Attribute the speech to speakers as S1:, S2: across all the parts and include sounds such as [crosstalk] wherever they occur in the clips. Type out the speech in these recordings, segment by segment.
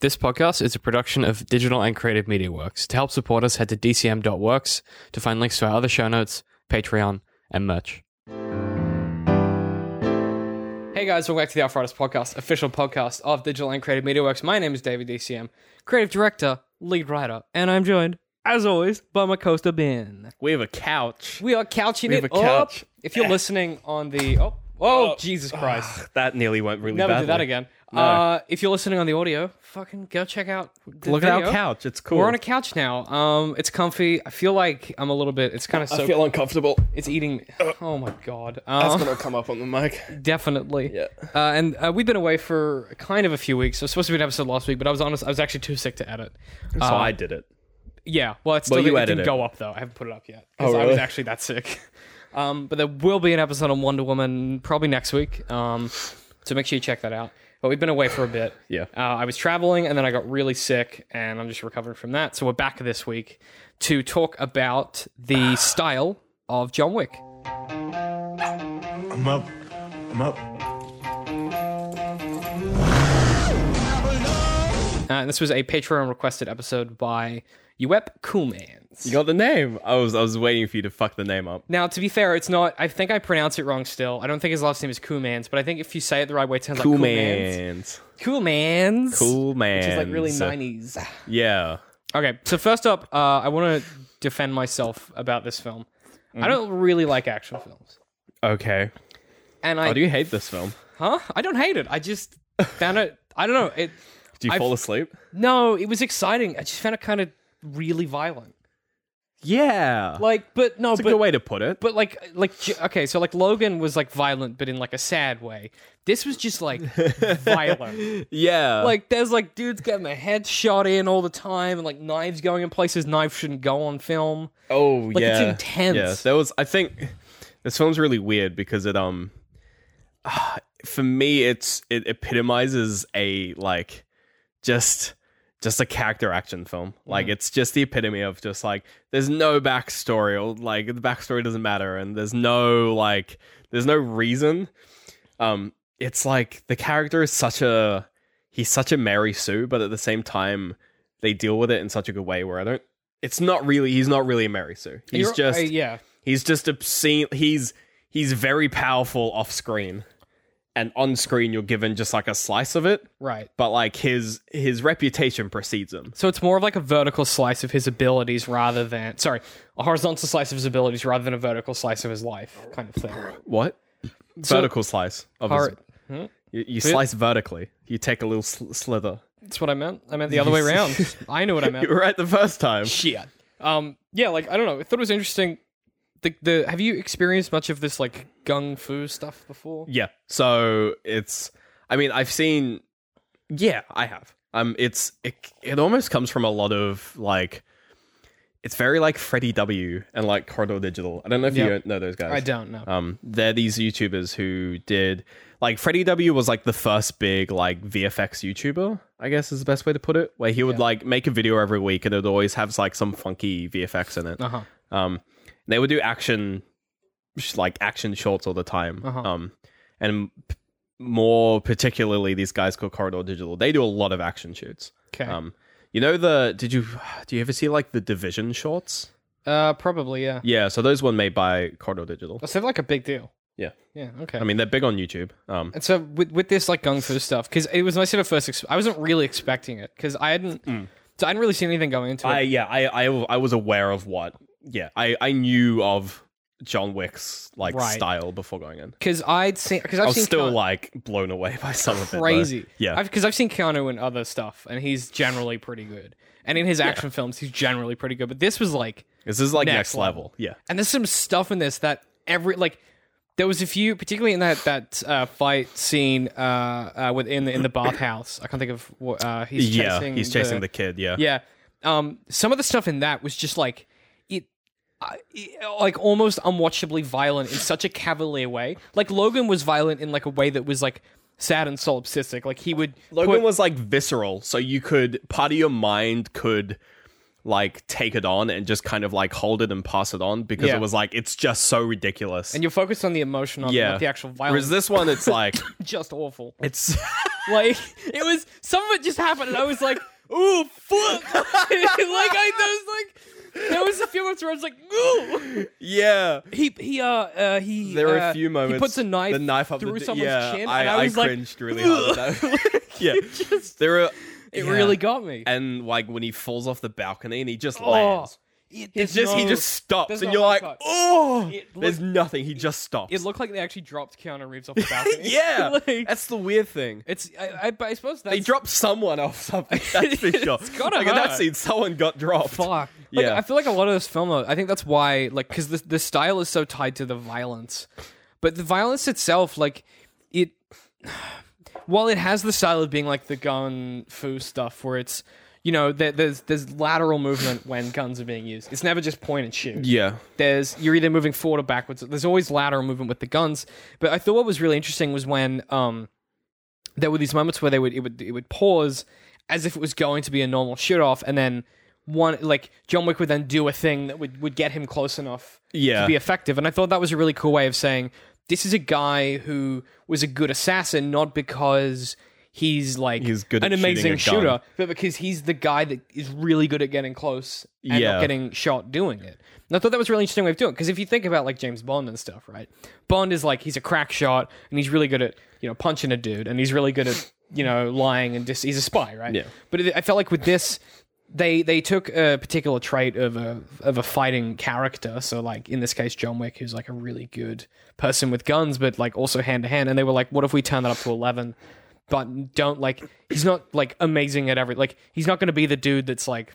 S1: This podcast is a production of Digital and Creative Media Works. To help support us, head to dcm.works to find links to our other show notes, Patreon, and merch. Hey guys, welcome back to the Arthritis Podcast, official podcast of Digital and Creative Media Works. My name is David DCM, creative director, lead writer, and I'm joined, as always, by my co-host Ben.
S2: We have a couch.
S1: We are couching
S2: We
S1: it
S2: have a
S1: up.
S2: couch.
S1: If you're listening on the oh oh,
S2: Oh.
S1: Jesus
S2: [sighs]
S1: Christ,
S2: That nearly went really
S1: never
S2: badly.
S1: do that again.
S2: No.
S1: Uh, if you're listening on the audio, fucking go check out. The
S2: Look at
S1: video.
S2: our couch. It's cool.
S1: We're on a couch now. Um, it's comfy. I feel like I'm a little bit. It's kind of so.
S2: uncomfortable.
S1: it's eating me. Oh my god. Um,
S2: Uh. gonna come up on the mic. [laughs]
S1: definitely.
S2: Yeah.
S1: Uh, and uh, we've been away for kind of a few weeks. I was supposed to be an episode last week, but I was honest. I was actually too sick to edit.
S2: So Oh, I did it.
S1: Yeah, well, it's still
S2: you
S1: it
S2: edited
S1: didn't
S2: it.
S1: go up though. I haven't put it up yet because
S2: Oh,
S1: I was
S2: really?
S1: actually that sick. [laughs] Um, but there will be an episode on Wonder Woman probably next week. Um, so make sure you check that out. But we've been away for a bit.
S2: Yeah.
S1: uh, I was traveling and then I got really sick and I'm just recovering from that. So we're back this week to talk about the style of John Wick.
S3: I'm up. I'm up.
S1: Uh, and this was a Patreon requested episode by Uep Coolmans.
S2: You got the name. I was I was waiting for you to fuck the name up.
S1: Now, to be fair, it's not. I think I pronounce it wrong still. I don't think his last name is Coolmans, but I think if you say it the right way, it sounds
S2: Cool
S1: like Coolmans.
S2: man's.
S1: Cool Mans.
S2: Cool man.
S1: Which is like really 90s.
S2: Yeah.
S1: Okay, so first up, uh, I want to defend myself about this film.
S2: Mm-hmm.
S1: I don't really like action films.
S2: Okay.
S1: And I.
S2: Oh, do you hate this film?
S1: Huh? I don't hate it. I just found it. I don't know. It.
S2: Do you
S1: I've-
S2: fall asleep?
S1: No, it was exciting. I just found it kind of really violent.
S2: Yeah.
S1: Like, but no,
S2: That's a
S1: but.
S2: good way to put it.
S1: but like, like, j- okay, so like Logan was like violent, but in like a sad way. This was just
S2: [laughs]
S1: like violent.
S2: yeah.
S1: like there's like dudes getting their heads shot in all the time and like knives going in places knives shouldn't go on film
S2: Oh
S1: Like, it's
S2: yeah,
S1: intense.
S2: Yeah, that was. I think this film's really weird because it um, [sighs] for me, it's it epitomizes a like just just a character action film. Like it's just the epitome of just like there's no backstory or like the backstory doesn't matter and there's no like there's no reason. Um, it's like the character is such a he's such a Mary Sue, but at the same time they deal with it in such a good way where I don't. It's not really. He's not really a Mary Sue. He's
S1: You're-
S2: just.
S1: uh, yeah
S2: He's just obscene. He's he's very powerful off screen, and on screen you're given just like a slice of it.
S1: right
S2: But like his his reputation precedes him.
S1: so it's more of like a vertical slice of his abilities rather than sorry a horizontal slice of his abilities rather than a vertical slice of his life kind of thing
S2: What? Vertical slice of his.
S1: Har-
S2: You, you slice vertically. You take a little sl- slither. [laughs]
S1: that's what i meant i meant the other way around i knew what i
S2: You
S1: meant
S2: were right the first time.
S1: shit um yeah like i don't know i thought it was interesting the, the have you experienced much of this like gung fu stuff before
S2: Yeah. So it's. I mean, I've seen. Yeah, I have. Um, it's it. It almost comes from a lot of like. It's very like Freddie W and like Corridor Digital. I don't know if
S1: Yeah.
S2: you know those guys.
S1: i don't know
S2: Um, they're these YouTubers who did like Freddie W was like the first big like VFX YouTuber, I guess is the best way to put it, where he would like make a video every week and it would always have like some funky VFX in it.
S1: uh-huh
S2: Um, they would do action, sh- like action shorts all the time.
S1: Uh-huh.
S2: Um, and p- more particularly these guys called Corridor Digital, they do a lot of action shoots.
S1: okay
S2: Um, you know the did you do you ever see like the Division shorts?
S1: uh probably yeah
S2: Yeah, so those were made by Corridor Digital.
S1: so they're like a big deal
S2: Yeah.
S1: yeah okay
S2: I mean, they're big on YouTube. Um,
S1: And so with with this like gung fu stuff, because it was my sort of first. Ex- I wasn't really expecting it because I hadn't.
S2: Mm.
S1: So I hadn't really seen anything going into
S2: I
S1: it.
S2: yeah, I, I I was aware of what. Yeah, I I knew of John Wick's like
S1: Right.
S2: style before going in.
S1: Because I'd seen because
S2: I
S1: I've
S2: was
S1: seen
S2: still
S1: Keanu-
S2: like blown away by some of it. though.
S1: crazy.
S2: Yeah.
S1: because I've, seen Keanu in other stuff, and he's generally pretty good. And in his action films, he's generally pretty good. But this was like,
S2: this is like
S1: Next
S2: next, level. Yeah.
S1: and there's some stuff in this that every like. There was a few, particularly in that that uh, fight scene uh, uh, within the, in the bathhouse. I can't think of what uh, he's chasing.
S2: Yeah, he's chasing the, kid. Yeah.
S1: Yeah. Um, some of the stuff in that was just like it, I it- like almost unwatchably violent in such a cavalier way. Like Logan was violent in like a way that was like sad and solipsistic. Like he would
S2: Logan
S1: put-
S2: was like visceral, so you could part of your mind could like take it on and just kind of like hold it and pass it on because
S1: Yeah.
S2: it was like it's just so ridiculous.
S1: and you're focused on the emotion of it,
S2: Yeah.
S1: not the actual violence.
S2: Whereas this one, it's
S1: [laughs]
S2: like
S1: just awful.
S2: it's
S1: Like [laughs] it was some of it just happened, and I was like, [laughs] "Ooh, fuck!" like I was like, there was a few moments where I was like, "Ooh."
S2: [laughs] yeah.
S1: He he uh, uh he.
S2: There are
S1: uh,
S2: a few moments.
S1: He puts a knife,
S2: the knife up
S1: through
S2: the,
S1: someone's
S2: yeah,
S1: chin,
S2: I,
S1: and I, was like,
S2: cringed really hard. At
S1: [laughs]
S2: that. [laughs] yeah, there are.
S1: it
S2: yeah.
S1: really got me.
S2: And like when he falls off the balcony and he just
S1: Oh,
S2: lands,
S1: it,
S2: he
S1: there's
S2: just he
S1: no-
S2: just stops,
S1: there's
S2: and
S1: no
S2: you're like,
S1: uppercut.
S2: oh,
S1: It
S2: there's
S1: looked-
S2: nothing. He just stops.
S1: It
S2: [laughs]
S1: looked like they actually dropped Keanu Reeves off the [laughs] balcony.
S2: yeah,
S1: like,
S2: that's the weird thing.
S1: it's I, I, but I suppose that's
S2: They dropped someone off
S1: [laughs]
S2: something. That's for
S1: It's
S2: sure.
S1: gotta
S2: like in that
S1: hurt.
S2: scene, someone got dropped.
S1: Fuck. Like,
S2: Yeah.
S1: I feel like a lot of this film, though, I think that's why, like, because the, the style is so tied to the violence. But the violence itself, like, it. [sighs] While it has the style of being like the gun foo stuff, where it's, you know, there, there's there's lateral movement when guns are being used. It's never just point and shoot
S2: Yeah,
S1: there's you're either moving forward or backwards. There's always lateral movement with the guns. But I thought what was really interesting was when um there were these moments where they would it would it would pause as if it was going to be a normal shoot off and then one like John Wick would then do a thing that would, would get him close enough
S2: Yeah.
S1: to be effective. And I thought that was a really cool way of saying this is a guy who was a good assassin, not because he's like
S2: He's good
S1: an
S2: at shooting
S1: amazing
S2: a gun.
S1: shooter, but because he's the guy that is really good at getting close and
S2: Yeah.
S1: not getting shot doing it. And I thought that was a really interesting way of doing it because if you think about like James Bond and stuff, right? Bond is like he's a crack shot and he's really good at you know punching a dude and he's really good at you know lying and just he's a spy, right?
S2: Yeah.
S1: But it, I felt like with this. They they took a particular trait of a of a fighting character, so like in this case John Wick, who's like a really good person with guns, but like also hand to hand. And they were like, what if we turn that up to eleven? but don't like he's not like amazing at every like he's not going to be the dude that's like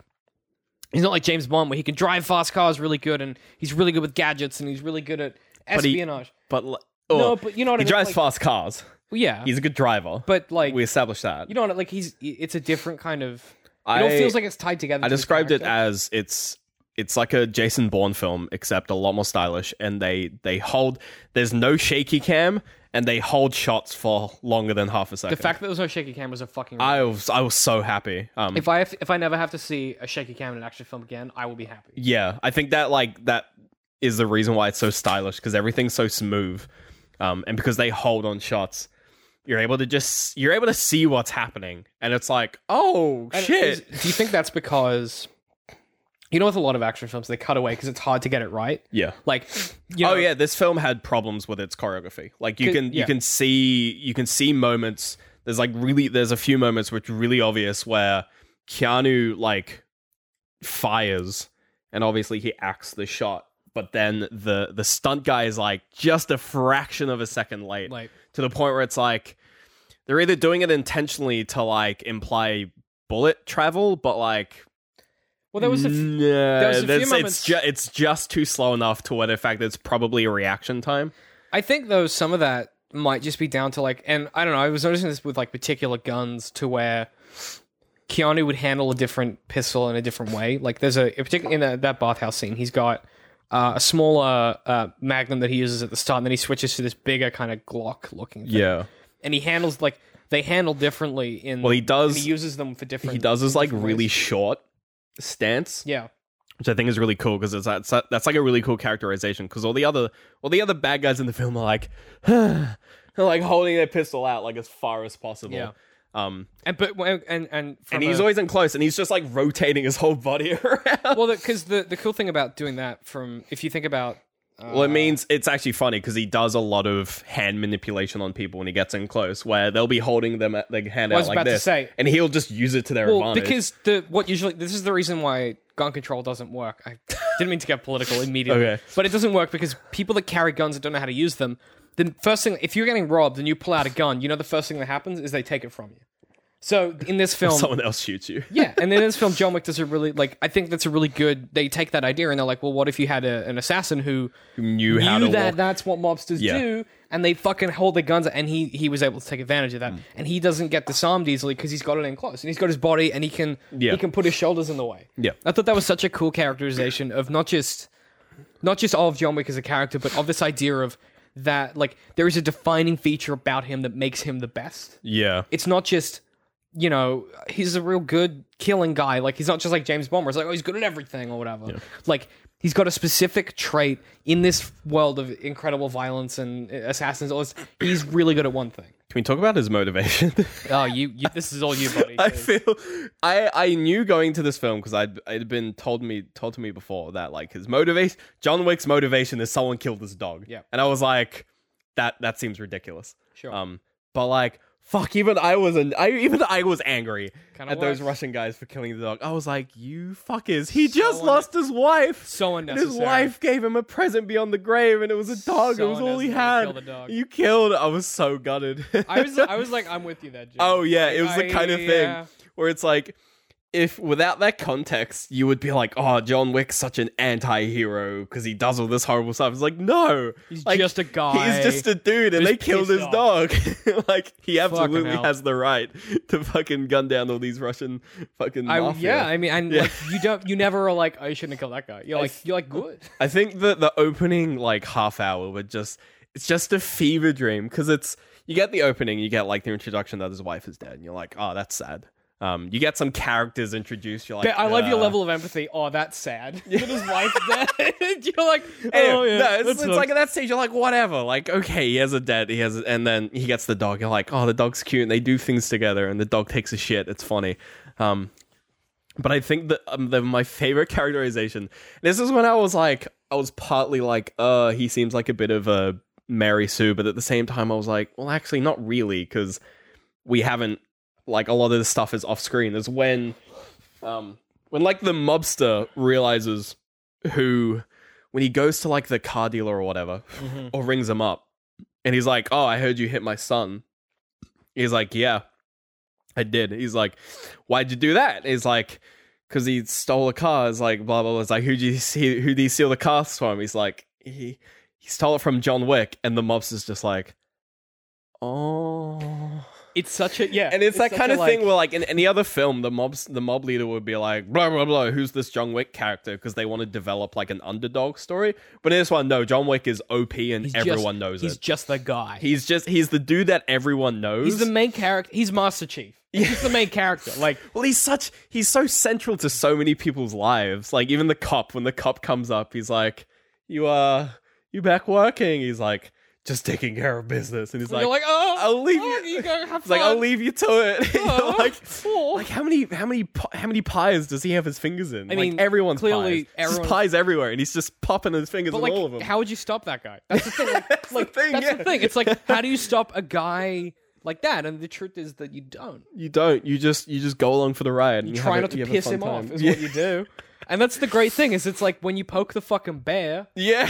S1: he's not like James Bond where he can drive fast cars really good and he's really good with gadgets and he's really good at
S2: he-
S1: espionage.
S2: but like,
S1: No,
S2: oh,
S1: but you know what
S2: he
S1: I mean,
S2: drives
S1: like-
S2: fast cars.
S1: Well, yeah,
S2: He's a good driver.
S1: but like
S2: we established that.
S1: you know what like he's it's a different kind of. It all
S2: I-
S1: feels like it's tied together.
S2: I described it as it's it's like a Jason Bourne film, except a lot more stylish. And they they hold there's no shaky cam, and they hold shots for longer than half a second.
S1: the fact that there was no shaky cam was a fucking.
S2: I was I was so happy. Um,
S1: if I have, if I never have to see a shaky cam in an action film again, I will be happy.
S2: yeah, I think that like that is the reason why it's so stylish because everything's so smooth, um, and because they hold on shots. You're able to just you're able to see what's happening, and it's like, oh
S1: And
S2: shit!
S1: is- do you think that's because you know with a lot of action films they cut away because it's hard to get it right?
S2: yeah,
S1: Like, you know,
S2: oh yeah, this film had problems with its choreography. Like you
S1: Could-
S2: can
S1: yeah.
S2: you can see you can see moments. There's like really there's a few moments which are really obvious where Keanu like fires, and obviously he acts the shot, but then the the stunt guy is like just a fraction of a second late,
S1: like
S2: to the point where it's like they're either doing it intentionally to like imply bullet travel, but like
S1: well there was a f-
S2: no,
S1: was a few
S2: that's-
S1: moments-
S2: Mm, It's, ju- it's just too slow enough to where the fact that it's probably a reaction time.
S1: I think though some of that might just be down to like, and I don't know. I was noticing this with like particular guns to where Keanu would handle a different pistol in a different way. Like there's a particularly in that that bathhouse scene, he's got uh, a smaller uh, Magnum that he uses at the start, and then he switches to this bigger kind of Glock looking. Thing.
S2: Yeah.
S1: and he handles like they handle differently in.
S2: Well, he
S1: and
S2: does.
S1: he
S2: He,
S1: uses them for different.
S2: does his like
S1: different
S2: really
S1: ways.
S2: short stance,
S1: Yeah,
S2: which I think is really cool because it's that's that's like a really cool characterization. Because all the other all the other bad guys in the film are like, [sighs] they're like holding their pistol out like as far as possible.
S1: Yeah.
S2: Um,
S1: and but and and from
S2: and he's
S1: a-
S2: always in close, and he's just like rotating his whole body [laughs] around.
S1: well because the the cool thing about doing that from if you think about
S2: Well, it means it's actually funny because he does a lot of hand manipulation on people when he gets in close, where they'll be holding them at their hand
S1: I
S2: out
S1: was
S2: like
S1: about to
S2: this,
S1: say-
S2: and he'll just use it to their
S1: Well,
S2: advantage.
S1: because the what usually this is the reason why gun control doesn't work. I [laughs] didn't mean to get political immediately,
S2: Okay.
S1: but it doesn't work because people that carry guns and don't know how to use them, the first thing if you're getting robbed and you pull out a gun, you know the first thing that happens is they take it from you. So in
S2: [laughs]
S1: this film,
S2: [laughs] someone else shoots you.
S1: yeah, and in this film, John Wick does a really like. I think that's a really good. They take that idea and they're like, well, what if you had a, an assassin who
S2: Knew how
S1: knew
S2: to
S1: that
S2: walk.
S1: that's what mobsters
S2: Yeah.
S1: do, and they fucking hold their guns, and he he was able to take advantage of that,
S2: Mm.
S1: and he doesn't get disarmed easily because he's got it in close, and he's got his body, and he can
S2: Yeah.
S1: he can put his shoulders in the way.
S2: Yeah.
S1: I thought that was such a cool characterization of not just not just of John Wick as a character, but of this idea of that like there is a defining feature about him that makes him the best.
S2: Yeah,
S1: It's not just you know, he's a real good killing guy. Like he's not just like James Bond, where it's like, oh, he's good at everything or whatever. Like he's got a specific trait in this world of incredible violence and uh, assassins. all this- He's really good at one thing.
S2: Can we talk about his motivation? [laughs]
S1: Oh, you, you this is all [laughs] you, buddy.
S2: I feel I I knew going to this film because I it had been told me told to me before that like his motivation John Wick's motivation is someone killed his dog.
S1: Yeah.
S2: and I was like, that that seems ridiculous.
S1: Sure.
S2: Um, but like. Fuck! Even I was an, I even I was angry
S1: Kinda
S2: at those
S1: was.
S2: Russian guys for killing the dog. I was like, "You fuckers! He just
S1: un-
S2: lost his wife.
S1: so
S2: And his
S1: unnecessary.
S2: wife gave him a present beyond the grave, and it was a dog.
S1: So
S2: it was all he
S1: unnecessary to kill
S2: had.
S1: the dog.
S2: You killed. I was so gutted.
S1: I was I was like, I'm with you there, Jim.
S2: Oh yeah,
S1: Like,
S2: it was the
S1: I-
S2: kind of thing
S1: yeah.
S2: where it's like if without that context, you would be like, "Oh, John Wick's such an anti-hero because he does all this horrible stuff." It's like, no,
S1: He's
S2: like,
S1: just a guy.
S2: He's just a dude, and
S1: who's
S2: they killed his
S1: pissed
S2: dog. [laughs] like he
S1: Fucking
S2: absolutely
S1: hell.
S2: has the right to fucking gun down all these Russian fucking.
S1: I,
S2: mafia.
S1: yeah, I mean, and
S2: Yeah.
S1: like you don't, you never are like, I shouldn't have killed that guy. You're like,
S2: s-
S1: you're like [laughs] good.
S2: I think that the opening like half hour would just it's just a fever dream because it's you get the opening, you get like the introduction that his wife is dead, and you're like, oh, that's sad. Um, you get some characters introduced. You're like,
S1: I love your
S2: "Uh,
S1: level of empathy. Oh, that's sad. [laughs] That his wife's dead. [laughs] you're like, oh
S2: Anyway,
S1: yeah,
S2: no,
S1: that
S2: it's, it's
S1: sucks.
S2: like at that stage, you're like, whatever. Like, okay, he has a dad, he has, a, and then he gets the dog. You're like, oh, the dog's cute, and they do things together, and the dog takes a shit. It's funny. Um, but I think that um, the, my favorite [laughs] characterization. This is when I was like, I was partly like, uh, he seems like a bit of a Mary Sue, but at the same time, I was like, well, actually, not really, because we haven't like a lot of the stuff is off screen. Is when, um, when like the mobster realizes who when he goes to like the car dealer or whatever
S1: Mm-hmm.
S2: or rings him up and he's like oh i heard you hit my son he's like yeah i did he's like why'd you do that he's like because he stole a car It's like blah blah blah it's like who do you see who do you steal the cars from he's like he he stole it from john wick and the mobster's just like oh
S1: it's such a yeah,
S2: and it's, that
S1: such
S2: kind
S1: a,
S2: of thing where, like, in any other film, the mobs, the mob leader would be like, blah blah blah, who's this John Wick character? Because they want to develop like an underdog story. But in this one, no, John Wick is OP and
S1: he's just-
S2: everyone knows
S1: He's
S2: it.
S1: just the guy.
S2: He's just he's the dude that everyone knows.
S1: he's the main character. He's Master Chief. He's the main character.
S2: [laughs]
S1: Like
S2: well, he's such he's so central to so many people's lives. Like even the cop, when the cop comes up, he's like, "You uh, you back working?" He's like, "Just taking care of business," and he's like,
S1: you're like, oh,
S2: I'll leave
S1: oh,
S2: you-
S1: you go have
S2: It's like I'll
S1: fun.
S2: leave you to it. [laughs] You're
S1: [laughs] Oh,
S2: like,
S1: oh.
S2: like how many how many pi- how many pies does he have his fingers in? I
S1: mean,
S2: like, everyone's
S1: clearly
S2: pies. There's just
S1: everyone's-
S2: pies everywhere, and he's just popping his fingers
S1: But
S2: in
S1: like,
S2: all of them.
S1: how would you stop that guy? That's the thing.
S2: [laughs]
S1: Like, that's, like,
S2: thing,
S1: that's
S2: yeah.
S1: the thing. It's like, how
S2: [laughs]
S1: do you stop a guy like that? And the truth is that you don't.
S2: you don't. You just you just go along for the ride. And you,
S1: Try
S2: have a-
S1: not
S2: you
S1: to
S2: have a
S1: piss
S2: fun
S1: him
S2: time.
S1: off is
S2: yeah.
S1: what you do. And that's the great thing is it's like when you poke the fucking bear,
S2: [laughs] [laughs]
S1: [laughs]
S2: Yeah.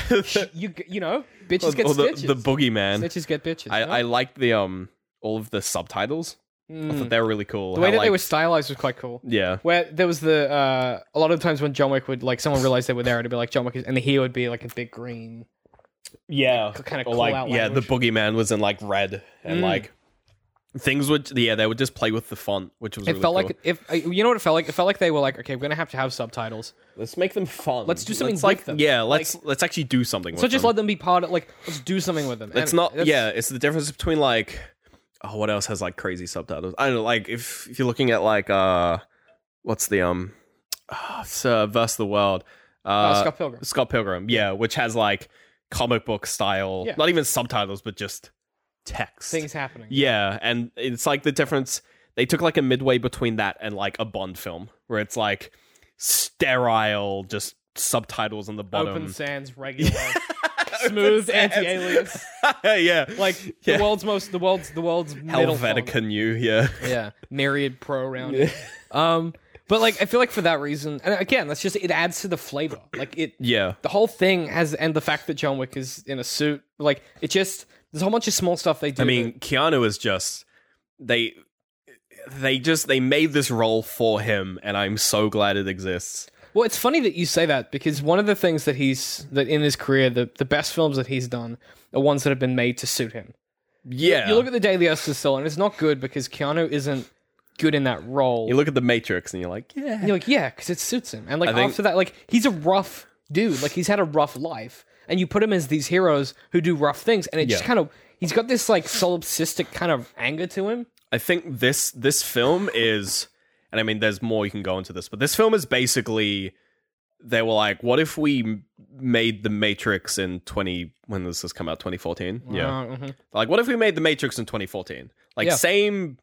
S1: you g- you know, bitches
S2: Or-
S1: get
S2: or the,
S1: stitches.
S2: the boogeyman.
S1: Snitches get bitches.
S2: I,
S1: you know?
S2: I liked the um all of the subtitles. I thought they were really cool.
S1: Mm. the way
S2: How,
S1: that they
S2: like-
S1: were stylized was quite cool.
S2: yeah.
S1: Where there was the uh, a lot of times when John Wick would like someone realized they were there, it'd be like John Wick, is, and the here would be like a big green.
S2: yeah
S1: c- kinda
S2: Or,
S1: call
S2: like
S1: out
S2: yeah the boogeyman was in like red and
S1: Mm.
S2: like things would yeah they would just play with the font which was
S1: It
S2: really
S1: felt
S2: cool.
S1: like if uh, you know what it felt like. It felt like they were like, okay, we're gonna have to have subtitles.
S2: let's make them fun
S1: Let's do something
S2: let like
S1: with them.
S2: yeah let's let's actually do something
S1: So just let them be part of like let's do something with them.
S2: it's not yeah it's the difference between like oh what else has like crazy subtitles i don't know like if if you're looking at like uh what's the um uh, versus the world uh,
S1: Oh, Scott Pilgrim.
S2: scott pilgrim yeah which has like comic book style
S1: Yeah.
S2: not even subtitles but just text
S1: things happening.
S2: Yeah, and it's like the difference. They took like a midway between that and like a Bond film, where it's like sterile, just subtitles on the
S1: Open
S2: [laughs] bottom.
S1: sands, regular, smooth anti-alias, [laughs]
S2: yeah, [laughs]
S1: like
S2: Yeah.
S1: the world's most, the world's, the world's middle font.
S2: Helvetica New. Yeah, [laughs]
S1: yeah myriad pro around it um but like i feel like for that reason and again that's just it adds to the flavor like it
S2: yeah,
S1: the whole thing has and the fact that john wick is in a suit like it just there's a whole bunch of small stuff they do
S2: I mean, Keanu is just they they just they made this role for him, and I'm so glad it exists.
S1: Well, it's funny that you say that because one of the things that he's that in his career, the, the best films that he's done are ones that have been made to suit him.
S2: Yeah,
S1: You look at the Daily Earth still, and it's not good because Keanu isn't good in that role.
S2: you look at the Matrix, and you're like, yeah,
S1: And you're like, yeah, because it suits him. And like
S2: think-
S1: after that, like he's a rough dude. Like he's had a rough life, and you put him as these heroes who do rough things, and it just
S2: Yeah.
S1: kind of he's got this like solipsistic kind of anger to him.
S2: I think this this film is, and I mean, there's more you can go into this, but this film is basically they were like, what if we m- made the Matrix in twenty when does this come out? Twenty fourteen. Yeah.
S1: Uh, mhm.
S2: Like, what if we made the Matrix in twenty fourteen? Like
S1: Yeah.
S2: same,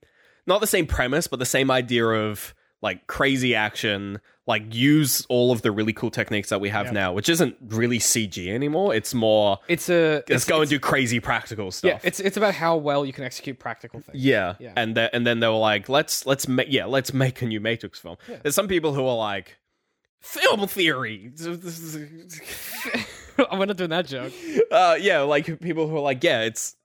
S2: not the same premise, but the same idea of like crazy action. Like use all of the really cool techniques that we have
S1: Yeah.
S2: now, which isn't really CG anymore. It's more
S1: It's a
S2: let's
S1: it's,
S2: go and do crazy practical stuff.
S1: yeah. It's it's about how well you can execute practical things.
S2: Yeah.
S1: Yeah.
S2: And the, and then they were like, let's let's make yeah, let's make a new Matrix film.
S1: Yeah.
S2: There's some people who are like film theory.
S1: [laughs]
S2: [laughs]
S1: I'm not doing that joke.
S2: uh yeah, like people who are like, yeah, it's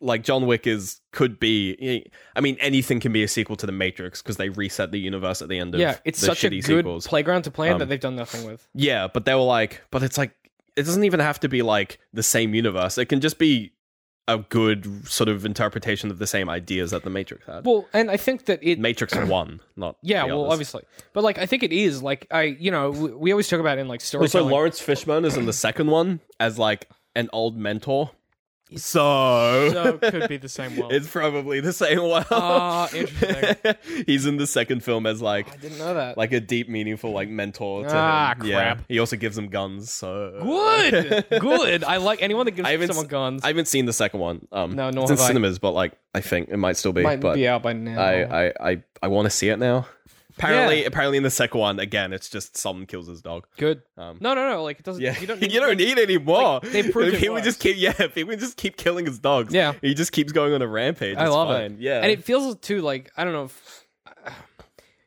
S2: like John Wick is could be I mean anything can be a sequel to the Matrix because they reset the universe at the end of
S1: Yeah, it's
S2: the
S1: such a
S2: shitty
S1: good
S2: sequels.
S1: playground to play in that
S2: Um,
S1: they've done nothing with.
S2: yeah, but they were like, but it's like it doesn't even have to be like the same universe. It can just be a good sort of interpretation of the same ideas that the Matrix had.
S1: Well, and I think that it
S2: Matrix one, not
S1: Yeah,
S2: the
S1: well,
S2: others.
S1: obviously, but like I think it is like I, you know, we, we always talk about it in like
S2: Also,
S1: storytelling.
S2: Lawrence Fishburne is in the second one as like an old mentor. So,
S1: so it could be the same world.
S2: [laughs] it's probably the same one.
S1: [laughs] Ah,
S2: [laughs]
S1: interesting.
S2: He's in the second film as like
S1: I didn't know that.
S2: like a deep, meaningful like mentor. To
S1: Ah,
S2: him. Yeah.
S1: crap.
S2: He also gives him guns. So
S1: good, good. I like anyone that gives
S2: I haven't
S1: someone
S2: s-
S1: guns.
S2: I haven't seen the second one. Um,
S1: No, nor
S2: it's in
S1: have I.
S2: cinemas, but like I think it might still be.
S1: might
S2: but
S1: be out by now.
S2: I I I, I want to see it now. Apparently, apparently in the second one again, it's just someone kills his dog.
S1: good.
S2: Um,
S1: no, no, no. Like it doesn't.
S2: Yeah, [laughs]
S1: You don't. Need,
S2: need any more.
S1: they proved it
S2: people just keep yeah, people just keep killing his dogs.
S1: Yeah.
S2: he just keeps going on a rampage.
S1: I
S2: It's
S1: love
S2: fine.
S1: it.
S2: Yeah,
S1: and it feels too like I don't know. if... [sighs]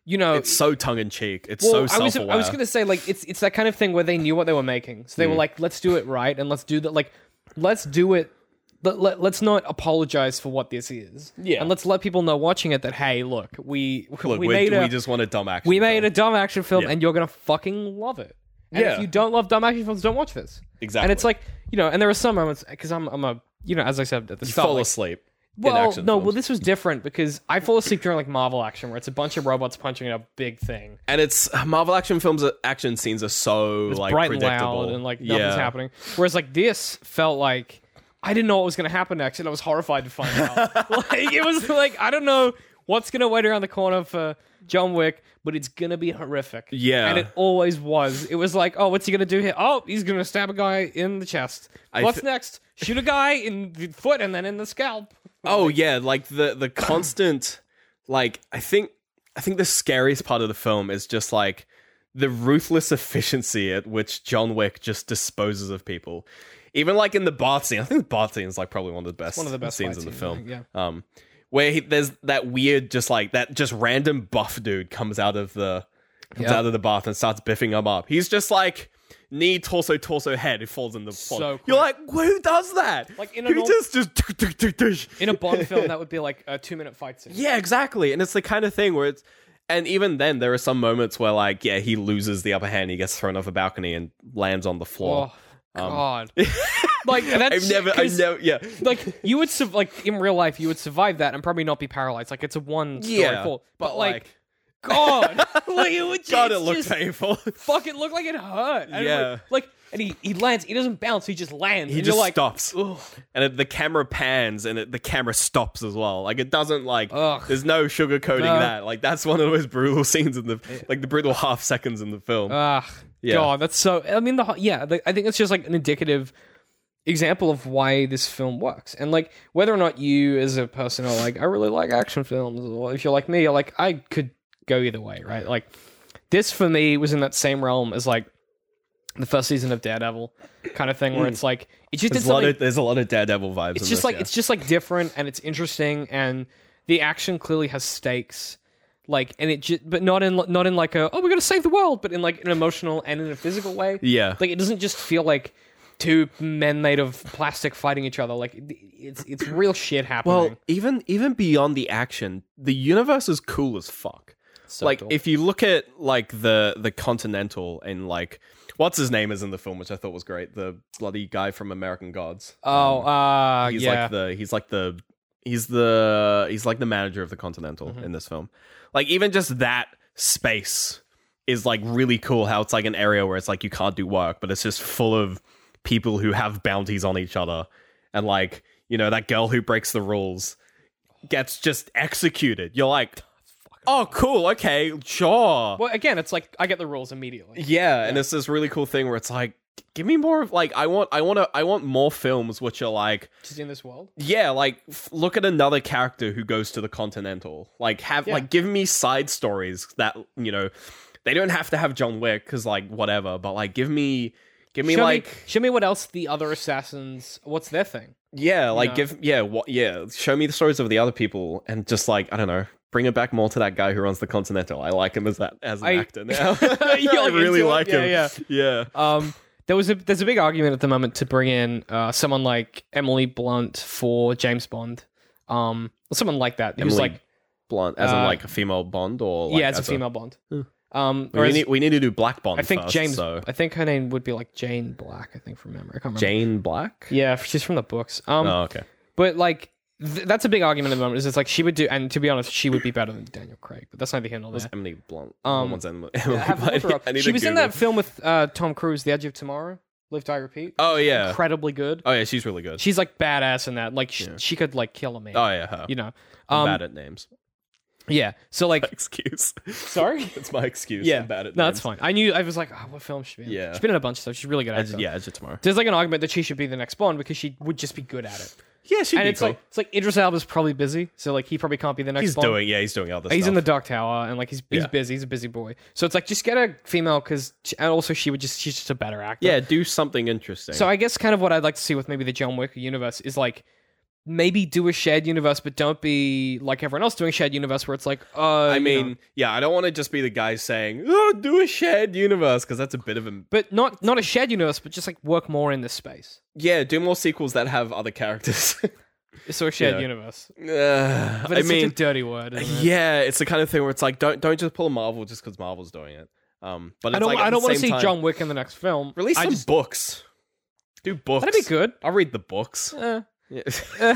S1: You know,
S2: it's so tongue in cheek. It's so
S1: Well, I was
S2: self aware.
S1: I was gonna say like it's it's that kind of thing where they knew what they were making, so they
S2: Hmm.
S1: were like, let's do it right and let's do that. Like, let's do it. Let, let, let's not apologize for what this is.
S2: Yeah.
S1: and let's let people know watching it that hey, look, we [laughs]
S2: Look,
S1: we
S2: we,
S1: made a
S2: we just want a dumb action.
S1: we made a dumb action film,
S2: Yeah.
S1: and you're gonna fucking love it. And if
S2: Yeah.
S1: you don't love dumb action films, don't watch this.
S2: Exactly.
S1: And it's like you know, and there are some moments because I'm I'm a you know as I said at the start,
S2: fall
S1: like,
S2: asleep.
S1: well,
S2: in action
S1: no,
S2: films.
S1: well this was different because I fall asleep during like Marvel action where it's a bunch of robots punching at a big thing.
S2: and it's Marvel action films. uh, Action scenes are so like
S1: bright and
S2: predictable
S1: loud and like nothing's
S2: yeah.
S1: happening. Whereas like this felt like I didn't know what was going to happen next, and I was horrified to find
S2: [laughs]
S1: out. like it was like I don't know what's going to wait around the corner for John Wick, but it's going to be horrific.
S2: Yeah.
S1: and it always was. It was like, oh, what's he going to do here? Oh, he's going to stab a guy in the chest.
S2: I
S1: what's
S2: th-
S1: next? Shoot a guy in the foot and then in the scalp.
S2: Oh yeah, like the the constant like I think I think the scariest part of the film is just like the ruthless efficiency at which John Wick just disposes of people. Even like in the bath scene, I think the bath scene is like probably one of the best,
S1: One of the best
S2: scenes
S1: fight
S2: in the
S1: scenes, I
S2: film.
S1: think, yeah.
S2: Um where he, there's that weird just like that just random buff dude comes out of the comes
S1: Yeah.
S2: out of the bath and starts biffing him up. He's just like knee, torso, torso, head, it falls in the
S1: So
S2: You're like, who does that?
S1: Like, in a
S2: who
S1: norm-
S2: just just [laughs]
S1: In a Bond film, that would be like a two-minute fight scene.
S2: yeah, exactly. And it's the kind of thing where it's and even then there are some moments where like, yeah, he loses the upper hand, he gets thrown off a balcony and lands on the floor.
S1: Oh
S2: [laughs]
S1: God! like that's
S2: Um, I've never I
S1: 'cause-
S2: never yeah.
S1: like you would sur- like in real life you would survive that and probably not be paralyzed like it's a one story
S2: Yeah,
S1: fall
S2: but like
S1: god
S2: [laughs]
S1: like it would
S2: God,
S1: it's
S2: it looked
S1: just,
S2: painful. [laughs]
S1: fuck it looked like it hurt And,
S2: Yeah.
S1: like, like and he, he lands he doesn't bounce he just lands
S2: He
S1: and
S2: just
S1: you're like
S2: stops, and it, the camera pans, and it, the camera stops as well. Like it doesn't like.
S1: Ugh.
S2: There's no sugarcoating
S1: No.
S2: that. Like that's one of those brutal [laughs] scenes in the like the brutal half seconds in the film.
S1: Ugh,
S2: Yeah.
S1: God, that's so. I mean, the ho- yeah, the, I think it's just like an indicative example of why this film works, and like whether or not you as a person are like, I really like action films, or if you're like me, you're like, I could go either way, right? Like this for me was in that same realm as like the first season of Daredevil kind of thing, where it's like it just did
S2: Mm. there's, a lot
S1: something.
S2: of, there's a lot of Daredevil vibes.
S1: it's just like it's just like different, and it's interesting, and the action clearly has stakes. Like and it, ju- but not in not in like a oh we gotta save the world, but in like an emotional and in a physical way.
S2: yeah.
S1: Like it doesn't just feel like two men made of plastic fighting each other. Like it- it's it's real shit happening.
S2: Well, even even beyond the action, the universe is cool as fuck. like
S1: cool.
S2: if you look at like the the Continental and like what's his name is in the film, which I thought was great. The bloody guy from American Gods.
S1: oh, uh,
S2: um, he's
S1: yeah.
S2: like the he's like the he's the he's like the manager of the Continental in this film. Like even just that space is like really cool. How it's like an area where it's like you can't do work, but it's just full of people who have bounties on each other, and like you know that girl who breaks the rules gets just executed. You're like, oh, cool, okay, sure.
S1: Well, again, it's like I get the rules immediately.
S2: Yeah, and it's this really cool thing where it's like, give me more of like I want, I want to, I want more films which are like,
S1: Just in this world.
S2: yeah, like f- look at another character who goes to the Continental. Like have,
S1: Yeah.
S2: like give me side stories that you know, they don't have to have John Wick because like whatever, but like give me, give me
S1: show
S2: like.
S1: me, show me what else the other assassins. What's their thing?
S2: Yeah, like
S1: know?
S2: give yeah, what yeah, show me the stories of the other people and just like I don't know, bring it back more to that guy who runs the Continental. I like him as that as an
S1: I-
S2: actor
S1: [laughs]
S2: now. [laughs]
S1: You're,
S2: I
S1: like, into
S2: really
S1: it?
S2: like
S1: Yeah,
S2: him.
S1: yeah.
S2: yeah.
S1: Um, there was a there's a big argument at the moment to bring in uh, someone like Emily Blunt for James Bond, um, or someone like that. It was
S2: Emily
S1: like,
S2: Blunt as in
S1: Uh,
S2: like a female Bond or like,
S1: yeah, it's a female Bond.
S2: Hmm.
S1: Um,
S2: we,
S1: or as-
S2: need, we need to do Black Bond.
S1: I think
S2: first,
S1: James.
S2: so.
S1: I think her name would be like Jane Black. I think from memory. I can't remember.
S2: Jane Black.
S1: Yeah, she's from the books. Um,
S2: oh, okay.
S1: but like. Th- that's a big argument at the moment. Is it's like she would do, and to be honest, she would be better than Daniel Craig. But that's neither here nor
S2: It was
S1: there.
S2: Emily Blunt.
S1: Um,
S2: One's Emily, [laughs] Emily
S1: Have a look
S2: Blunt.
S1: her up.
S2: I need
S1: She
S2: to
S1: was in
S2: Google.
S1: that film with uh, Tom Cruise, The Edge of Tomorrow, Live, Die, Repeat.
S2: Oh yeah.
S1: Incredibly good.
S2: Oh yeah. She's really good.
S1: She's like badass in that. Like sh-
S2: Yeah.
S1: she could like kill a man.
S2: oh yeah. Her.
S1: you know.
S2: I'm
S1: Um,
S2: bad at names. [laughs]
S1: yeah. So like,
S2: Excuse. [laughs]
S1: sorry.
S2: It's my excuse.
S1: Yeah.
S2: I'm bad at
S1: No,
S2: names.
S1: that's fine. I knew I was like, oh, what film should she be? In?
S2: Yeah.
S1: She's been in a bunch of stuff. She's really good at
S2: Edge,
S1: it.
S2: yeah, Edge of Tomorrow.
S1: There's like an argument that she should be the next Bond because she would just be good at
S2: [laughs]
S1: it.
S2: Yeah, she'd
S1: and
S2: be
S1: it's
S2: cool.
S1: like it's like Idris Elba's probably busy, so like he probably can't be the next
S2: He's
S1: Bond.
S2: doing, yeah, he's doing all this.
S1: He's in the
S2: stuff.
S1: Dark Tower and like he's he's
S2: Yeah.
S1: busy. He's a busy boy. So it's like just get a female because and also she would just she's just a better actor.
S2: yeah. Do something interesting.
S1: So I guess kind of what I'd like to see with maybe the John Wick universe is like maybe do a shared universe, but don't be like everyone else doing shared universe where it's like, uh,
S2: I
S1: you
S2: mean,
S1: know.
S2: yeah, I don't want to just be the guy saying, "Oh, do a shared universe," because that's a bit of a
S1: but not not a shared universe, but just like work more in this space.
S2: yeah. Do more sequels that have other characters. [laughs] Ugh,
S1: So a shared
S2: Yeah.
S1: universe, but
S2: I
S1: it's
S2: mean,
S1: such a dirty word. isn't it?
S2: yeah, it's the kind of thing where it's like, don't don't just pull a Marvel just because Marvel's doing it. Um, but it's
S1: I don't.
S2: like,
S1: I don't
S2: want to
S1: see John Wick in the next film.
S2: Release
S1: I
S2: some
S1: just-
S2: books. Do books.
S1: That'd be
S2: [laughs]
S1: good.
S2: I'll read the books.
S1: Uh,
S2: [laughs] Yeah.
S1: uh,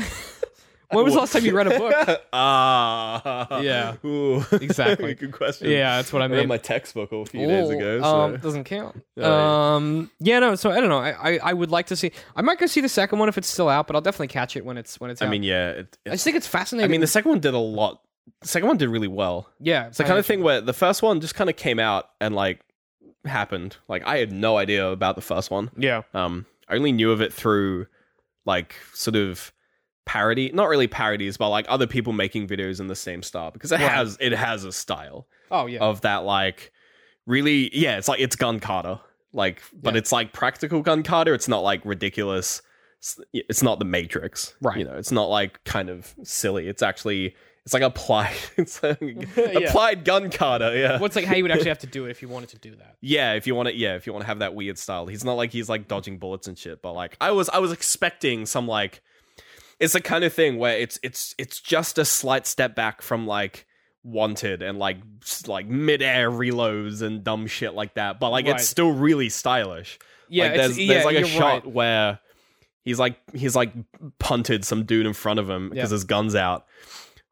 S1: [laughs] when was the last time you read a
S2: [laughs]
S1: book?
S2: Ah,
S1: Yeah.
S2: Ooh.
S1: Exactly.
S2: [laughs] good question.
S1: yeah, that's what I
S2: I read
S1: mean.
S2: my textbook a few days
S1: Ooh,
S2: ago. So.
S1: Um, doesn't
S2: [laughs]
S1: count.
S2: Oh, yeah.
S1: Um, yeah, no. So I don't know. I, I, I would like to see. I might go see the second one if it's still out, but I'll definitely catch it when it's when it's out.
S2: I mean, yeah, it,
S1: I
S2: it's,
S1: just think it's
S2: I
S1: fascinating.
S2: mean, the second one did a lot. The second one did really well.
S1: yeah,
S2: It's the kind of thing where the first one just kind of came out and like happened. Like I had no idea about the first one.
S1: Yeah,
S2: Um, I only knew of it through like sort of parody, not really parodies, but like other people making videos in the same style because it
S1: Right.
S2: has it has a style
S1: Oh yeah.
S2: of that like really yeah it's like it's gun carter like but
S1: Yeah.
S2: it's like practical gun carter it's not like ridiculous it's, it's not the matrix
S1: Right.
S2: you know it's not like kind of silly it's actually it's like applied [laughs]
S1: [laughs]
S2: it's like applied gun carter yeah
S1: What's like how you would actually have to do it if you wanted to do
S2: [laughs]
S1: that?
S2: yeah if you want to yeah if you want to have that weird style he's not like he's like dodging bullets and shit but like i was i was expecting some like it's the kind of thing where it's it's it's just a slight step back from like wanted and like s- like midair reloads and dumb shit like that but like
S1: Right.
S2: it's still really stylish
S1: Yeah,
S2: like
S1: it's-
S2: there's,
S1: yeah,
S2: there's like a
S1: you're
S2: shot
S1: right.
S2: where he's like he's like punted some dude in front of him because
S1: Yeah.
S2: his gun's out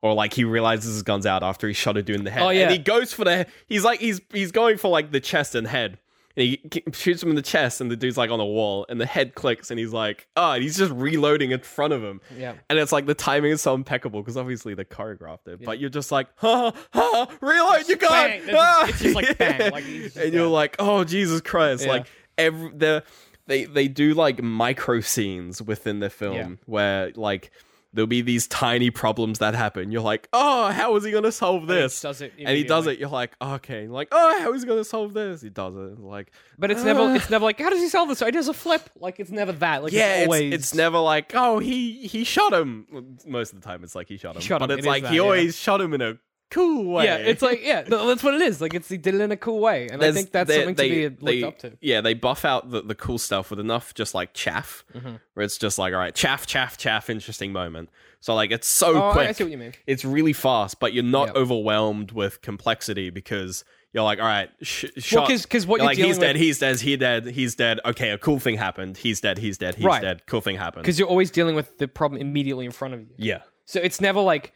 S2: or like he realizes his gun's out after he shot a dude in the head
S1: Oh, yeah.
S2: and he goes for the he's like he's he's going for like the chest and head and he k- shoots him in the chest and the dude's like on the wall and the head clicks and he's like ah and he's just reloading in front of him
S1: Yeah.
S2: and it's like the timing is so impeccable because obviously they choreographed it but you're just like ha ha reload your gun
S1: bang. It's-
S2: ah!"
S1: it's
S2: [laughs]
S1: just like bang, like, it's just
S2: and you're
S1: that.
S2: like oh jesus christ
S1: Yeah.
S2: like every the they they do like micro scenes within the film
S1: Yeah.
S2: where like there'll be these tiny problems that happen. You're like, oh, how is he gonna solve
S1: he
S2: this?
S1: does it
S2: and he does
S1: immediately.
S2: it. You're like, okay, like, oh, how is he gonna solve this? He does it. Like,
S1: But it's never
S2: "Ah."
S1: it's never like how does he solve this? So he does a flip. Like it's never that. Like
S2: yeah,
S1: it's
S2: it's,
S1: always
S2: it's never like, oh, he he shot him. Well, Most of the time, it's like he shot him.
S1: shot
S2: but
S1: him.
S2: it's
S1: It is
S2: like
S1: that,
S2: he
S1: yeah.
S2: always shot him in a cool way.
S1: Yeah, it's like yeah, no, that's what it is. Like it's he did it in a cool way, and I
S2: There's-
S1: think that's
S2: they-
S1: something
S2: they-
S1: to be looked
S2: they-
S1: up to.
S2: Yeah, they buff out the, the cool stuff with enough just like chaff,
S1: Mm-hmm.
S2: where it's just like, all right, chaff, chaff, chaff, interesting moment. So like, it's so
S1: Oh,
S2: quick.
S1: I see what you mean.
S2: It's really fast, but you're not
S1: Yep.
S2: overwhelmed with complexity because you're like, all right, sh- shot.
S1: 'cause- 'cause what
S2: You're
S1: you're
S2: like, he's
S1: dealing
S2: dead,
S1: with-
S2: he's dead, he's dead, he's dead. Okay, a cool thing happened. He's dead, he's dead, he's
S1: Right.
S2: dead. Cool thing happened.
S1: Because you're always dealing with the problem immediately in front of you.
S2: yeah.
S1: So it's never like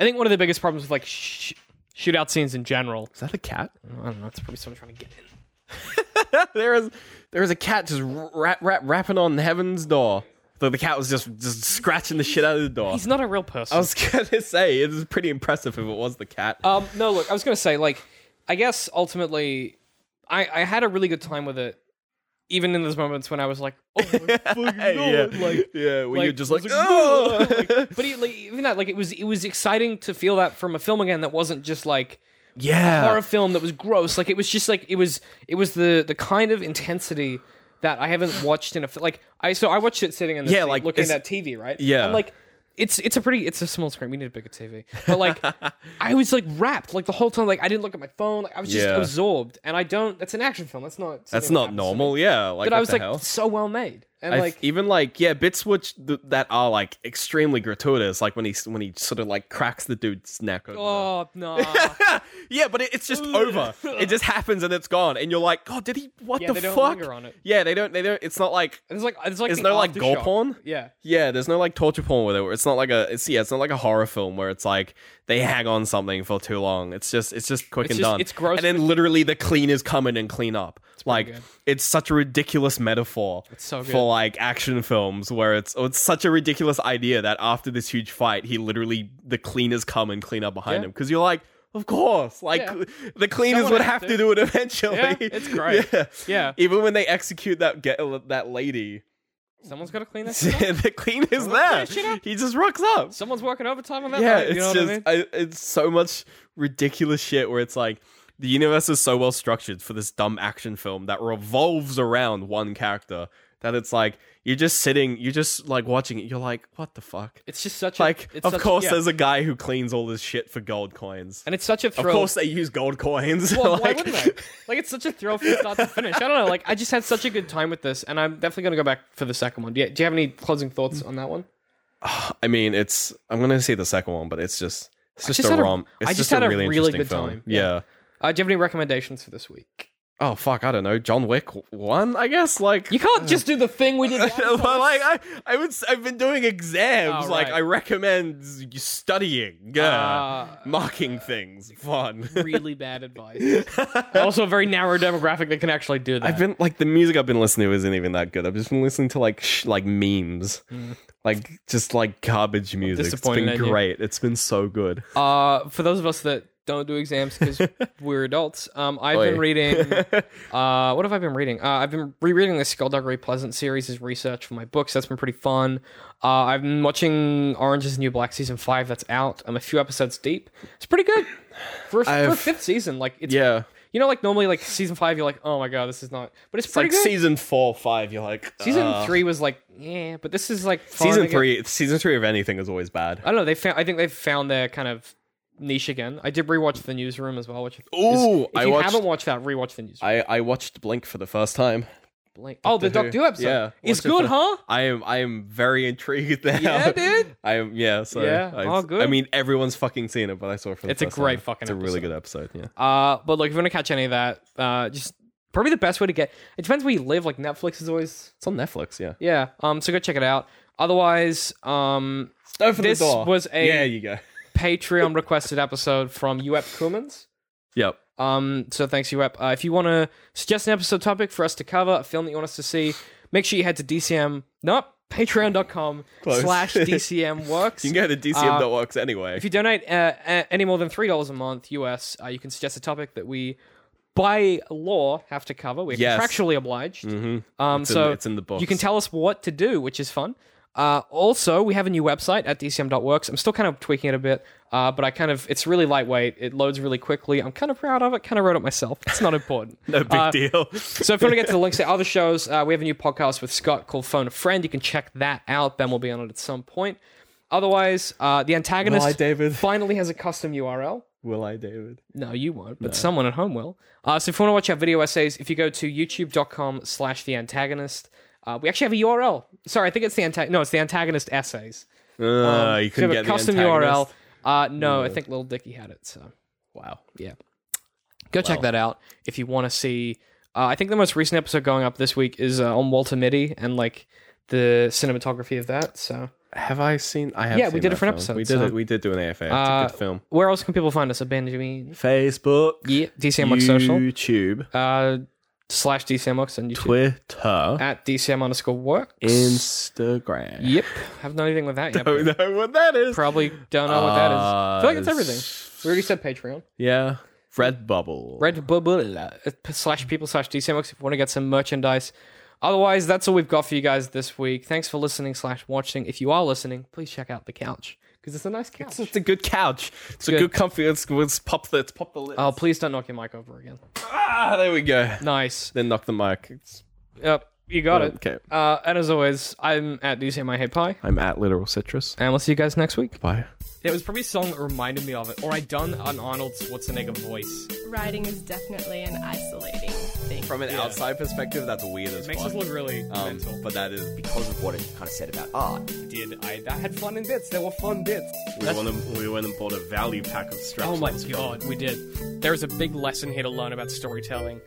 S1: I think one of the biggest problems with like sh- shootout scenes in general.
S2: Is that a [laughs] cat?
S1: I don't know. It's probably someone trying to get in.
S2: there is there is a cat just rap, rap, rapping on heaven's door. The, the cat was just just scratching the shit out of the door.
S1: He's not a real person.
S2: I was [laughs] gonna say it was pretty impressive if it was the cat.
S1: Um, no, look, I was gonna say, like, I guess ultimately, I I had a really good time with it, even in those moments when I was like, oh [laughs] my
S2: [laughs]
S1: fucking
S2: yeah,
S1: god, like,
S2: yeah, where you're
S1: like,
S2: just
S1: I
S2: like,
S1: was like,
S2: oh,
S1: like, but it, like, even that, like, it was it was exciting to feel that from a film again that wasn't just like
S2: [laughs] yeah,
S1: horror film that was gross. Like, it was just like it was it was the the kind of intensity. That I haven't watched in a fi- like I so I watched it sitting in the
S2: Yeah,
S1: seat
S2: like,
S1: looking at
S2: it's-
S1: that TV right
S2: Yeah.
S1: and like it's it's a pretty it's a small screen we need a bigger TV but
S2: [laughs]
S1: like I was like wrapped like the whole time like I didn't look at my phone like I was just
S2: Yeah.
S1: absorbed and I don't that's an action film that's not
S2: that's
S1: something that
S2: not
S1: happens.
S2: normal. Yeah, like
S1: but
S2: what
S1: I was
S2: the
S1: like
S2: hell?
S1: so well made and
S2: I f-
S1: like
S2: even like yeah bits which th- that are like extremely gratuitous like when he s- when he sort of like cracks the dude's neck open.
S1: oh no
S2: [laughs] yeah but it, it's just over
S1: [laughs]
S2: it just happens and it's gone and you're like god did he what
S1: Yeah,
S2: the
S1: they don't
S2: fuck
S1: linger on it.
S2: yeah they don't they don't it's not like
S1: there's like there's like
S2: Is
S1: the
S2: there, like,
S1: aftershock.
S2: gore porn?
S1: yeah
S2: yeah there's no like torture porn with it where it's not like a it's yeah it's not like a horror film where it's like they hang on something for too long it's just it's just quick
S1: It's
S2: and
S1: just-
S2: done
S1: it's gross,
S2: and then literally the cleaners come in and clean up like
S1: good.
S2: it's such a ridiculous metaphor
S1: so good.
S2: for like action films where it's oh, it's such a ridiculous idea that after this huge fight he literally the cleaners come and clean up behind
S1: Yeah.
S2: him because you're like of course like
S1: Yeah.
S2: the cleaners
S1: Someone
S2: would
S1: has
S2: have to.
S1: to.
S2: do it eventually
S1: Yeah, it's great.
S2: [laughs] yeah.
S1: Yeah.
S2: even when they execute that get that lady
S1: somener's got to
S2: [laughs]
S1: clean this shit up.
S2: the cleaner's
S1: that
S2: there.
S1: shit up.
S2: He just rocks up.
S1: someone's working overtime on that
S2: Yeah,
S1: night, you know
S2: it's
S1: what
S2: just I it's so much ridiculous shit where it's like the universe is so well structured for this dumb action film that revolves around one character that it's like you're just sitting, you're just like watching it. You're like, what the fuck?
S1: it's just such
S2: Like,
S1: a, it's
S2: of
S1: such-
S2: course,
S1: yeah.
S2: there's a guy who cleans all this shit for gold coins.
S1: and it's such a
S2: Of
S1: thrill
S2: course, they use gold coins.
S1: Well,
S2: [laughs] like,
S1: why wouldn't I? Like, it's such a thrill from start to finish. I don't know. Like, I just had such a good time with this, and I'm definitely going to go back for the second one. Do you, do you have any closing thoughts on that one?
S2: I mean, it's. I'm gonna say the second one, but it's just. It's just,
S1: just
S2: a
S1: had a-
S2: rom. It's
S1: I just
S2: a
S1: had a
S2: really,
S1: really
S2: interesting
S1: good
S2: film.
S1: time.
S2: yeah.
S1: Uh, do you have any recommendations for this week?
S2: oh fuck, I don't know, John Wick w- one, I guess. Like, [laughs]
S1: You can't just do the thing [laughs] we did. last
S2: Well,
S1: time.
S2: like I, I would, s- I've been doing exams.
S1: Oh,
S2: like,
S1: right.
S2: I recommend you studying, yeah,
S1: Ah.
S2: marking things,
S1: [laughs]
S2: fun.
S1: really bad advice. [laughs] also, a very narrow demographic that can actually do that.
S2: I've been like the music I've been listening to isn't even that good. I've just been listening to like sh- like memes, like just like garbage music. It's
S1: Mm. disappointed
S2: been
S1: in you.
S2: great. It's been so
S1: [laughs]
S2: good.
S1: uh, for those of us that don't do exams
S2: [laughs]
S1: because we're adults, um, I've been
S2: Oi. [laughs]
S1: reading. Uh, what have I been reading? Uh, I've been rereading the Skullduggery Pleasant series as research for my books. That's been pretty fun. Uh, I've been watching Orange is the New Black season five. That's out. I'm a few episodes deep. It's pretty good for a, for a
S2: I've-
S1: fifth season. Like it's
S2: yeah,
S1: you know like normally like season five you're like oh my god this is not but it's,
S2: it's
S1: pretty good.
S2: like season four, five. You're like
S1: season
S2: uh,
S1: three was like yeah, but this is like fun
S2: Season
S1: again.
S2: three, season three of anything is always bad.
S1: I don't know. They found. I think they've found their kind of niche again. I did rewatch the newsroom as well. Which is-
S2: Ooh,
S1: if
S2: I
S1: you
S2: watched-
S1: haven't watched that, rewatch the newsroom.
S2: I, I watched Blink for the first time.
S1: Blank. Oh, the Doctor
S2: Who.
S1: Who episode.
S2: Yeah,
S1: it's
S2: watched it
S1: good,
S2: for-
S1: huh?
S2: I am I am very [laughs] intrigued now.
S1: Yeah, dude.
S2: I am yeah, so
S1: Yeah,
S2: I,
S1: all good.
S2: I mean everyone's fucking seen it, but I saw it for the
S1: It's a
S2: first
S1: great
S2: time.
S1: fucking
S2: It's a really good episode, yeah.
S1: Uh, but like, if you want to catch any of that, uh, just probably the best way to get. It depends where you live. Like Netflix is always
S2: It's on Netflix, yeah.
S1: yeah. Um, so go check it out. Otherwise, um,
S2: Open
S1: This
S2: the door.
S1: was a-
S2: Yeah, you go.
S1: Patreon requested episode from UEP Kumans.
S2: Yep.
S1: Um, so thanks, UEP. Uh, if you want to suggest an episode topic for us to cover, a film that you want us to see, make sure you head to DCM. Nope. Patreon.com
S2: Close. [laughs]
S1: slash DCM works.
S2: You can go to DCM.works anyway.
S1: Uh, If you donate uh, a- any more than three dollars a month US, uh, you can suggest a topic that we, by law, have to cover. We're
S2: Yes. Mm-hmm.
S1: contractually obliged. Um,
S2: It's in-
S1: so
S2: it's in the books.
S1: You can tell us what to do, which is fun. Uh, also, we have a new website at dcm.works. I'm still kind of tweaking it a bit, uh, but I kind of it's really lightweight. It loads really quickly. I'm kind of proud of it. Kind of wrote it myself. It's not important.
S2: [laughs] no big
S1: Uh, [laughs]
S2: deal.
S1: so if you want to get to the links to other shows, uh, we have a new podcast with Scott called Phone a Friend. You can check that out. Ben will be on it at some point. Otherwise, uh, the antagonist
S2: Will I, David?
S1: finally has a custom URL.
S2: Will I David?
S1: No, you won't, but someone at home will. Uh, so if you want to watch our video essays, if you go to youtube.com slash the antagonist, uh, we actually have a URL. Sorry, I think it's the antagonist. No, it's the antagonist essays.
S2: Uh, you
S1: Um, So we
S2: couldn't
S1: have
S2: get
S1: a custom
S2: the
S1: URL.
S2: antagonist?
S1: Uh, no, I think Little Dicky had it. So
S2: Wow.
S1: yeah. Go check that out if you want to see. Uh, I think the most recent episode going up this week is uh, on Walter Mitty and like the cinematography of that. So,
S2: Have I seen I have
S1: Yeah, we
S2: seen
S1: did it
S2: that
S1: for an
S2: film.
S1: episode,
S2: We did
S1: so-
S2: it we did do an AFA. It's
S1: Uh,
S2: a good film.
S1: where else can people find us? At Benjamin.
S2: Facebook.
S1: Yeah, DCM Works Social.
S2: YouTube.
S1: Uh, slash DCMworks on YouTube.
S2: Twitter,
S1: At DCM underscore works.
S2: Instagram.
S1: Yep. Haven't done anything with that yet.
S2: [laughs] Don't know what that is.
S1: Probably don't know what that is. I feel like it's
S2: Uh,
S1: everything. We already said Patreon.
S2: Yeah. Redbubble.
S1: Redbubble Uh, slash people slash DCMX if you want to get some merchandise. Otherwise, that's all we've got for you guys this week. Thanks for listening slash watching. If you are listening, please check out the couch because it's a nice couch.
S2: It's a good couch. It's a
S1: good.
S2: good, comfy. Let's, let's pop the let's pop the lid.
S1: Oh, please don't knock your mic over again.
S2: Ah, there we go.
S1: Nice.
S2: Then knock the mic. It's-
S1: Yep, you got it.
S2: Okay.
S1: Uh, and as always, I'm at DCMIHeadPie,
S2: I'm at literal citrus.
S1: and we'll see you guys next week.
S2: Bye.
S1: It was probably a song that reminded me of it, or I done an Arnold Schwarzenegger voice.
S3: Writing is definitely an isolating thing.
S4: From an outside perspective, that's weird as
S1: Makes
S4: fuck.
S1: us look really
S4: Um,
S1: mental.
S4: but that is because of what it kind of said about art.
S1: Did I? I had fun in bits. There were fun bits.
S5: We went, and, we went and bought a value pack of straps.
S1: Oh my god, we did. There is a big lesson here to learn about storytelling.